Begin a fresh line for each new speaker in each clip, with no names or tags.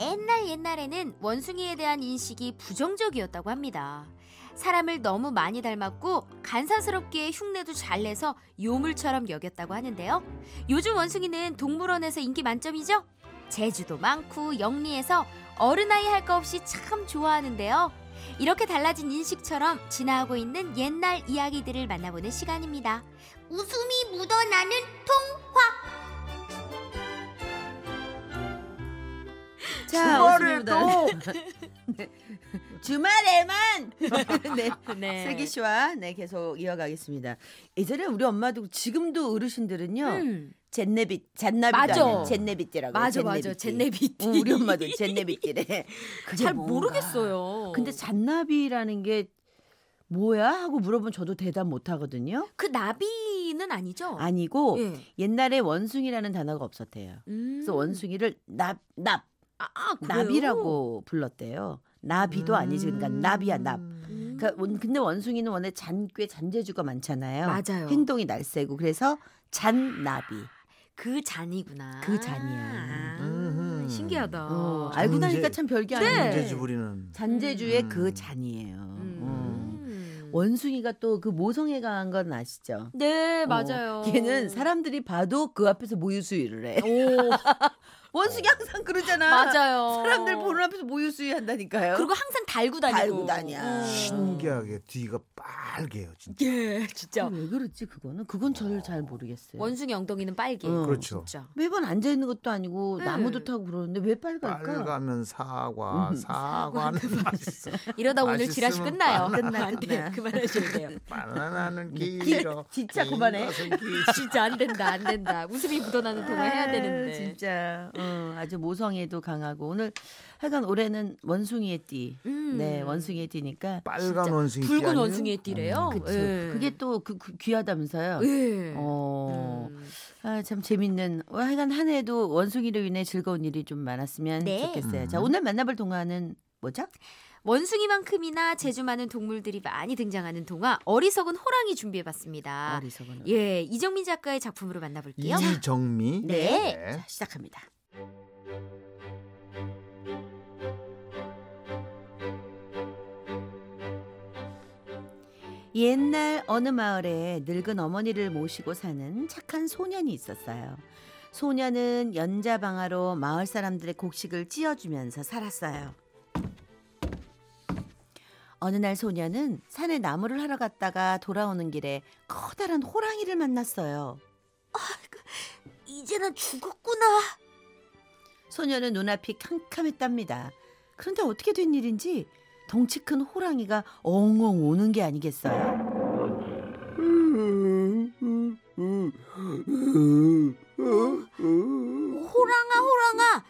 옛날 옛날에는 원숭이에 대한 인식이 부정적이었다고 합니다. 사람을 너무 많이 닮았고 간사스럽게 흉내도 잘 내서 요물처럼 여겼다고 하는데요. 요즘 원숭이는 동물원에서 인기 만점이죠? 제주도 많고 영리해서 어른아이 할 거 없이 참 좋아하는데요. 이렇게 달라진 인식처럼 지나가고 있는 옛날 이야기들을 만나보는 시간입니다.
웃음이 묻어나는 통화.
주말을 또 주말에만 네.
네.
슬기 씨와 네 계속 이어가겠습니다. 예전에 우리 엄마도 지금도 어르신들은요
음,
잿내비 잣나비도
맞아.
아니라 잿내비띠라고
맞아 맞아. 젠네비티. 음,
응, 우리 엄마도 잿내비띠래. 그게
잘
뭔가.
모르겠어요.
근데 잣나비라는 게 뭐야 하고 물어보면 저도 대답 못 하거든요.
그 나비는 아니죠?
아니고
어. 예.
옛날에 원숭이라는 단어가 없었대요.
음.
그래서 원숭이를 납납
아, 아, 그래요?
나비라고 불렀대요. 나비도 아니지 그러니까 나비야 납.
음.
그러니까 원- 근데 원숭이는 원래 잔꽤 잔재주가 많잖아요.
맞아요.
행동이 날쌔고 그래서 잔나비.
그 잔이구나.
그 잔이야.
아,
음.
신기하다.
어, 알고
잔재-
나니까 참 별게
아. 네.
아닌데.
문제주 부리는
잔재주의
음.
그 잔이에요. 어.
음.
원숭이가 또 그 모성애 강한 건 아시죠?
네
어,
맞아요.
걔는 사람들이 봐도 그 앞에서 모유수유를
오
해. 원숭이 항상 그러잖아.
맞아요.
사람들 보는 앞에서 모유수유 한다니까요.
그리고 항상 달고 다니고.
달고 다녀.
어.
신기하게 뒤가 빨개요 진짜.
예 진짜.
왜 그렇지 그거는? 그건 저를 잘 모르겠어요.
원숭이 엉덩이는 빨개.
네. 어.
그렇죠.
진짜.
매번 앉아 있는 것도 아니고
네.
나무도 타고 그러는데 왜 빨갈까?
빨가면 사과,
음.
사과는 맛있어.
이러다 오늘 지라시
맛있으면
끝나요.
끝나,
안 돼요.
끝나.
그만하셔야 돼요.
바나나는 네, 길어.
네, 진짜
긴
그만해.
것은 길어.
진짜 안 된다 안 된다. 웃음이 묻어나는 동화 해야
아유,
되는데.
진짜 어, 아주 모성애도 강하고 오늘 하여간 올해는 원숭이의 띠.
음.
네, 원숭이의 띠니까.
빨간 원숭이 띠
붉은
아니에요?
원숭이의 띠래요.
음, 그쵸.
예.
그게 또 그, 그 귀하다면서요.
예.
어.
음.
아, 참 재밌는. 어, 하여간 한 해에도 원숭이로 인해 즐거운 일이 좀 많았으면
네.
좋겠어요.
음.
자, 오늘 만나볼 동화는 뭐죠?
원숭이만큼이나 재주 많은 동물들이 많이 등장하는 동화 어리석은 호랑이 준비해봤습니다.
어리석은. 예.
예, 이정민 작가의 작품으로 만나볼게요.
이정미.
네.
자, 시작합니다. 옛날 어느 마을에 늙은 어머니를 모시고 사는 착한 소년이 있었어요. 소년은 연자방아로 마을 사람들의 곡식을 찧어주면서 살았어요. 어느 날 소년은 산에 나무를 하러 갔다가 돌아오는 길에 커다란 호랑이를 만났어요.
이제는 죽었구나.
소녀는 눈앞이 캄캄했답니다. 그런데 어떻게 된 일인지 덩치 큰 호랑이가 엉엉 오는 게 아니겠어요.
네.
호랑아, 호랑아,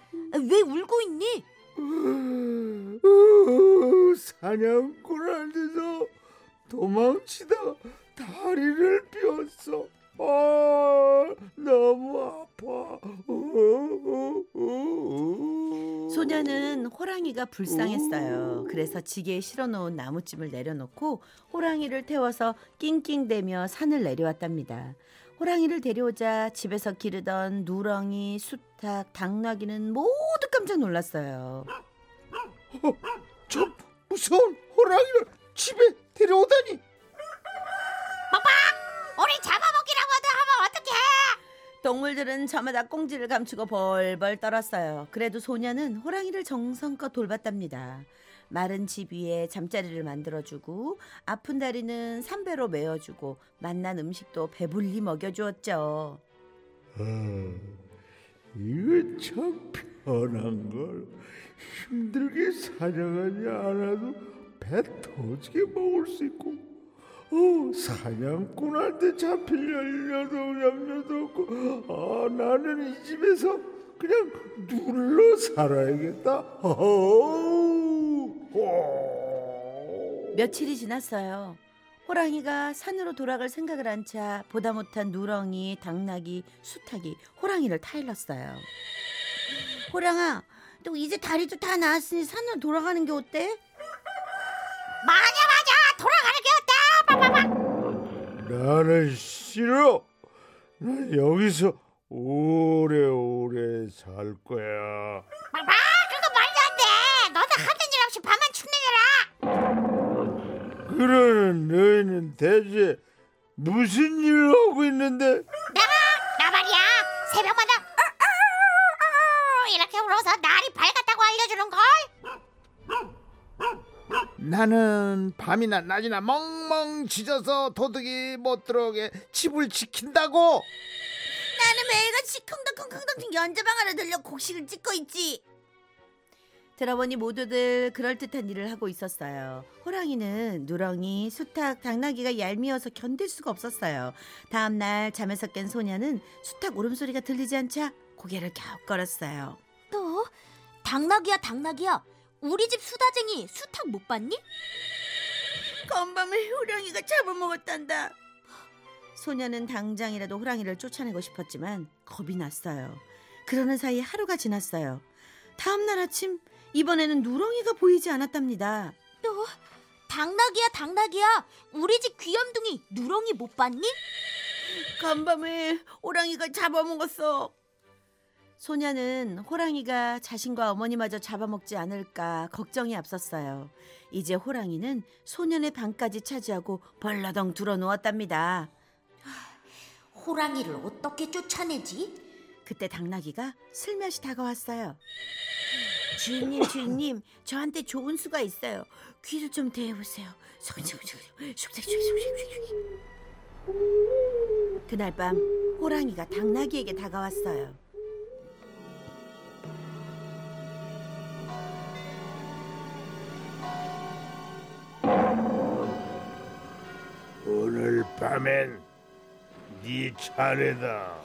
왜 울고 있니?
사냥꾼한테서 도망치다 다리를 삐었어. 아, 너무 아파. 어, 어.
소녀는 호랑이가 불쌍했어요. 그래서 지게에 실어놓은 나무찜을 내려놓고 호랑이를 태워서 낑낑대며 산을 내려왔답니다. 호랑이를 데려오자 집에서 기르던 누렁이, 수탉, 당나귀는 모두 깜짝 놀랐어요.
저 무서운 호랑이를 집에 데려오다니.
우리 잡아먹기라고 하든 하면 어떡해?
동물들은 저마다 꽁지를 감추고 벌벌 떨었어요. 그래도 소녀는 호랑이를 정성껏 돌봤답니다. 마른 집 위에 잠자리를 만들어주고 아픈 다리는 삼배로 메어주고 맛난 음식도 배불리 먹여주었죠.
어, 이게 참 편한 걸 힘들게 사냥하지 않아도 배 터지게 먹을 수 있고 어, 사냥꾼한테 잡힐 여도 양여도 없고 아, 나는 이 집에서 그냥 눌러 살아야겠다 어우, 어.
며칠이 지났어요. 호랑이가 산으로 돌아갈 생각을 한 차 보다 못한 누렁이, 당나귀, 수탉이 호랑이를 타일렀어요. 호랑아, 너 이제 다리도 다 나았으니 산으로 돌아가는 게 어때?
맞아, 맞아, 돌아가는 게 어때?
나는 싫어 난 여기서 오래오래 살 거야
아, 그거 말도 없이 밥만 축내려라
그러는 너희는 대체 무슨 일을 하고 있는데?
나 말이야 새벽마다 이렇게 울어서 날이 밝았다고 알려주는 걸
나는 밤이나 낮이나 멍멍 짖어서 도둑이 못 들어오게 집을 지킨다고.
나는 매일같이 쿵덕쿵덕쿵덕 연자방 안에 들려 곡식을 찍고 있지
들어보니 모두들 그럴듯한 일을 하고 있었어요. 호랑이는 누렁이, 수탉, 당나귀가 얄미워서 견딜 수가 없었어요. 다음날 잠에서 깬 소녀는 수탉 울음소리가 들리지 않자 고개를 갸웃거렸어요.
또? 당나귀야 당나귀야 우리 집 수다쟁이 수탉 못 봤니?
건밤에 호랑이가 잡아먹었단다. 소녀는 당장이라도 호랑이를 쫓아내고 싶었지만 겁이 났어요. 그러는 사이 하루가 지났어요. 다음날 아침 이번에는 누렁이가 보이지 않았답니다.
당나귀야 당나귀야 우리 집 귀염둥이 누렁이 못 봤니?
간밤에 호랑이가 잡아먹었어. 소녀는 호랑이가 자신과 어머니마저 잡아먹지 않을까 걱정이 앞섰어요. 이제 호랑이는 소년의 방까지 차지하고 벌러덩 들어 누웠답니다.
호랑이를 어떻게 쫓아내지?
그때 당나귀가 슬며시 다가왔어요. 주인님, 주인님, 저한테 좋은 수가 있어요. 귀를 좀 대보세요. 그날 밤 호랑이가 당나귀에게 다가왔어요.
오늘 밤엔 네 차례다.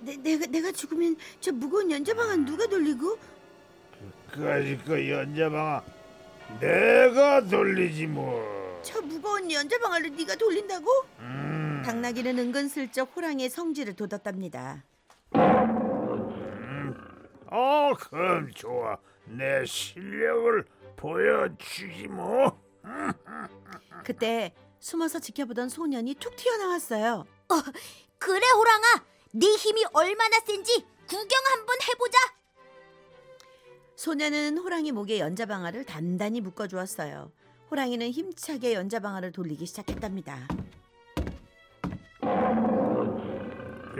내, 내가 내가 죽으면 저 무거운 연자방 안 누가 돌리고?
그까짓 거 그러니까 연자방아, 내가 돌리지 뭐.
저 무거운 연자방 안을 네가 돌린다고?
음,
당나귀는 은근슬쩍 호랑이의 성질을 돋았답니다.
어, 그럼 좋아. 내 실력을 보여주지 뭐.
그때 숨어서 지켜보던 소년이 툭 튀어나왔어요.
그래 호랑아 네 힘이 얼마나 센지 구경 한번 해보자
소녀는 호랑이 목에 연자방아를 단단히 묶어주었어요. 호랑이는 힘차게 연자방아를 돌리기 시작했답니다.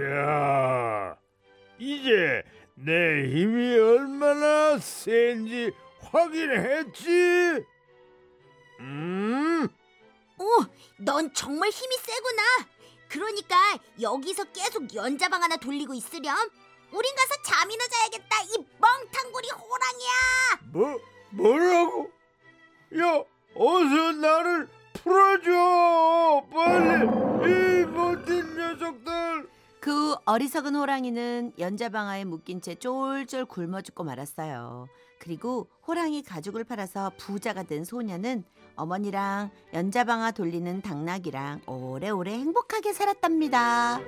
야, 이제 내 힘이 얼마나 센지 확인했지? 음,
오, 넌 정말 힘이 세구나. 그러니까 여기서 계속 연자방 하나 돌리고 있으렴. 우린 가서 잠이나 자야겠다. 이 멍탕구리 호랑이야.
뭐, 뭐라고? 야, 어서 나를 풀어줘! 빨리! 이 못된 녀석들!
그 후 어리석은 호랑이는 연자방아에 묶인 채 쫄쫄 굶어 죽고 말았어요. 그리고 호랑이 가죽을 팔아서 부자가 된 소녀는 어머니랑 연자방아 돌리는 당나귀랑 오래오래 행복하게 살았답니다.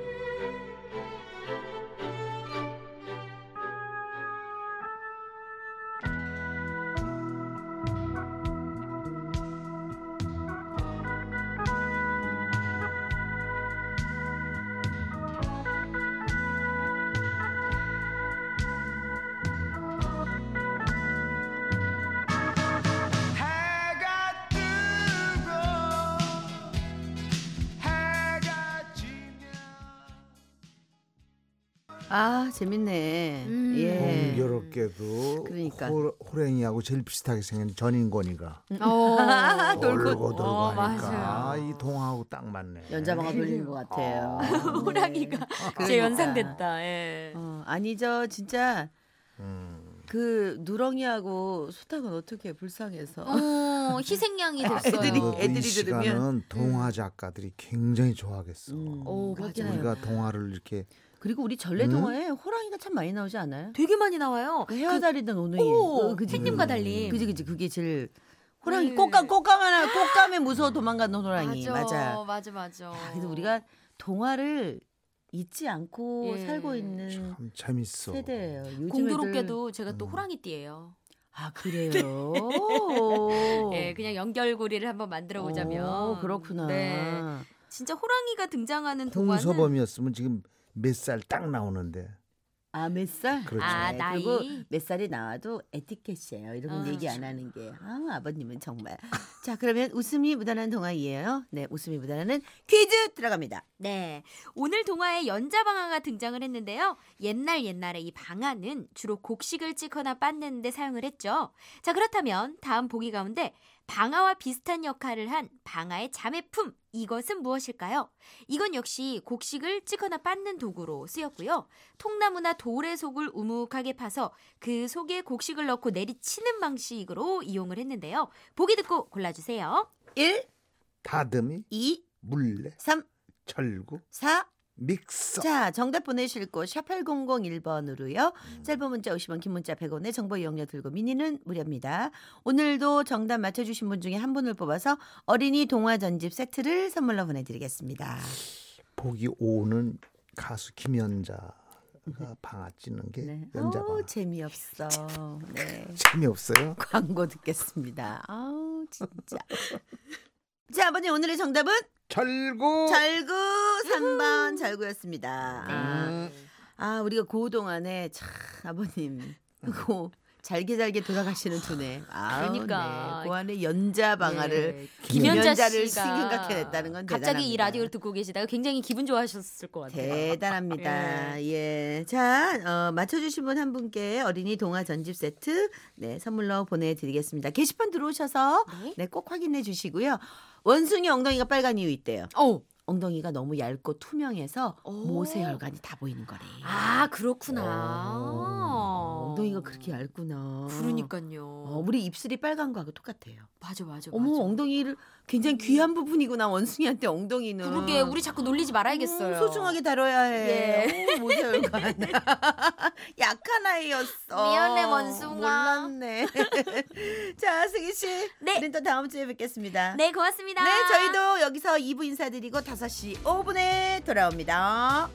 해가 뜨고 해가 지면
아 재밌네.
음.
예.
공교롭게도
그러니까.
호, 호랭이하고 제일 비슷하게 생긴 전인권이가
음. 어,
돌고-
돌고 돌고
어,
하니까
맞아요.
이 동화하고 딱 맞네.
연자방아 돌리는 것 같아요. 네.
호랑이가
그러니까.
제 연상됐다. 예.
어, 아니 저 진짜
음.
그 누렁이하고 수탉은 어떻게 불쌍해서
어, 희생양이 됐어요.
아,
예.
애들이-
그래서
애들이
이 시간은
들으면.
동화 작가들이 굉장히 좋아하겠어.
음,
오,
맞아요.
맞아요.
우리가 동화를 이렇게
그리고 우리 전래
음?
동화에 호랑이가 참 많이 나오지 않아요?
되게 많이 나와요.
그 헤어 다리던 오누이
오,
어, 그지?
햇님과 달리.
그지 그지 그게 제일 호랑이
네.
꽃감 꽃감 하나 꽃감에 무서워 도망가는 호랑이 맞아.
맞아, 맞아. 맞아.
아, 그래서 우리가 동화를 잊지 않고
예.
살고 있는
참 재밌어.
음. 세대예요. 요즘 애들-
공교롭게도 제가 또
음.
호랑이띠예요.
아 그래요. 네.
예, 그냥 연결고리를 한번 만들어 보자면
오, 어. 그렇구나.
네. 진짜 호랑이가 등장하는 동화는
홍서범이었으면 지금 몇 살 딱 나오는데.
아, 몇 살?
그렇죠.
아,
네,
나이.
그리고 몇 살이 나와도 에티켓이에요. 이런 건
아,
얘기 안 하는 게. 아, 아버님은 정말. 자, 그러면 웃음이 묻어나는 동화이에요. 네, 웃음이 묻어나는 퀴즈 들어갑니다.
네. 오늘 동화에 연자방아가 등장을 했는데요. 옛날 옛날에 이 방아는 주로 곡식을 찍거나 빻는데 사용을 했죠. 자, 그렇다면 다음 보기 가운데 방아와 비슷한 역할을 한 방아의 자매품 이것은 무엇일까요? 이건 역시 곡식을 찍거나 빻는 도구로 쓰였고요. 통나무나 돌의 속을 우묵하게 파서 그 속에 곡식을 넣고 내리치는 방식으로 이용을 했는데요. 보기 듣고 골라주세요.
1,
다듬이,
2,
물레,
3,
철구,
4.
믹서.
자, 정답 보내실 곳 샵8001번으로요. 짧은 문자 50원, 긴 문자 100원에 정보 이용료 들고 미니는 무료입니다. 오늘도 정답 맞춰주신 분 중에 한 분을 뽑아서 어린이 동화 전집 세트를 선물로 보내드리겠습니다.
보기 오는 가수 김연자가 방아 찌는 게
네.
연자방아.
어우, 재미없어. 네.
재미없어요?
광고 듣겠습니다. 아우 진짜. 자 아버님 오늘의 정답은
어.
철구.
절구 3번 절구였습니다.
네.
아,
음.
아, 우리가 고동안에 참 아버님 고 잘게 잘게 돌아가시는 두뇌. 아
그러니까.
네. 그 안에 연자 방아를
네.
김연자
김연자
씨를
씨가
생각해냈다는 건
갑자기 이
대단합니다.
라디오를 듣고 계시다가 굉장히 기분 좋아하셨을 것 같아요.
대단합니다. 예. 자, 어, 맞춰주신 분 한 분께 어린이 동화 전집 세트, 네, 선물로 보내드리겠습니다. 게시판 들어오셔서,
네.
네, 꼭 확인해 주시고요. 원숭이 엉덩이가 빨간 이유 있대요.
어.
엉덩이가 너무 얇고 투명해서
오.
모세혈관이 다 보이는 거래.
아 그렇구나.
어, 엉덩이가 그렇게 얇구나.
그러니까요.
어, 우리 입술이 빨간 거하고 똑같아요.
맞아 맞아.
어머,
맞아.
엉덩이를 굉장히 귀한 부분이구나, 원숭이한테 엉덩이는.
음. 그러게 우리 자꾸 놀리지 말아야겠어요. 예.
음, 소중하게 다뤄야 해. 오, 모자연관. 약한 아이였어.
미안해, 원숭아.
몰랐네. 자, 승희 씨.
네.
우린 또 다음 주에 뵙겠습니다.
네 고맙습니다.
네, 저희도 여기서 2부 인사드리고 5시 5분에 돌아옵니다.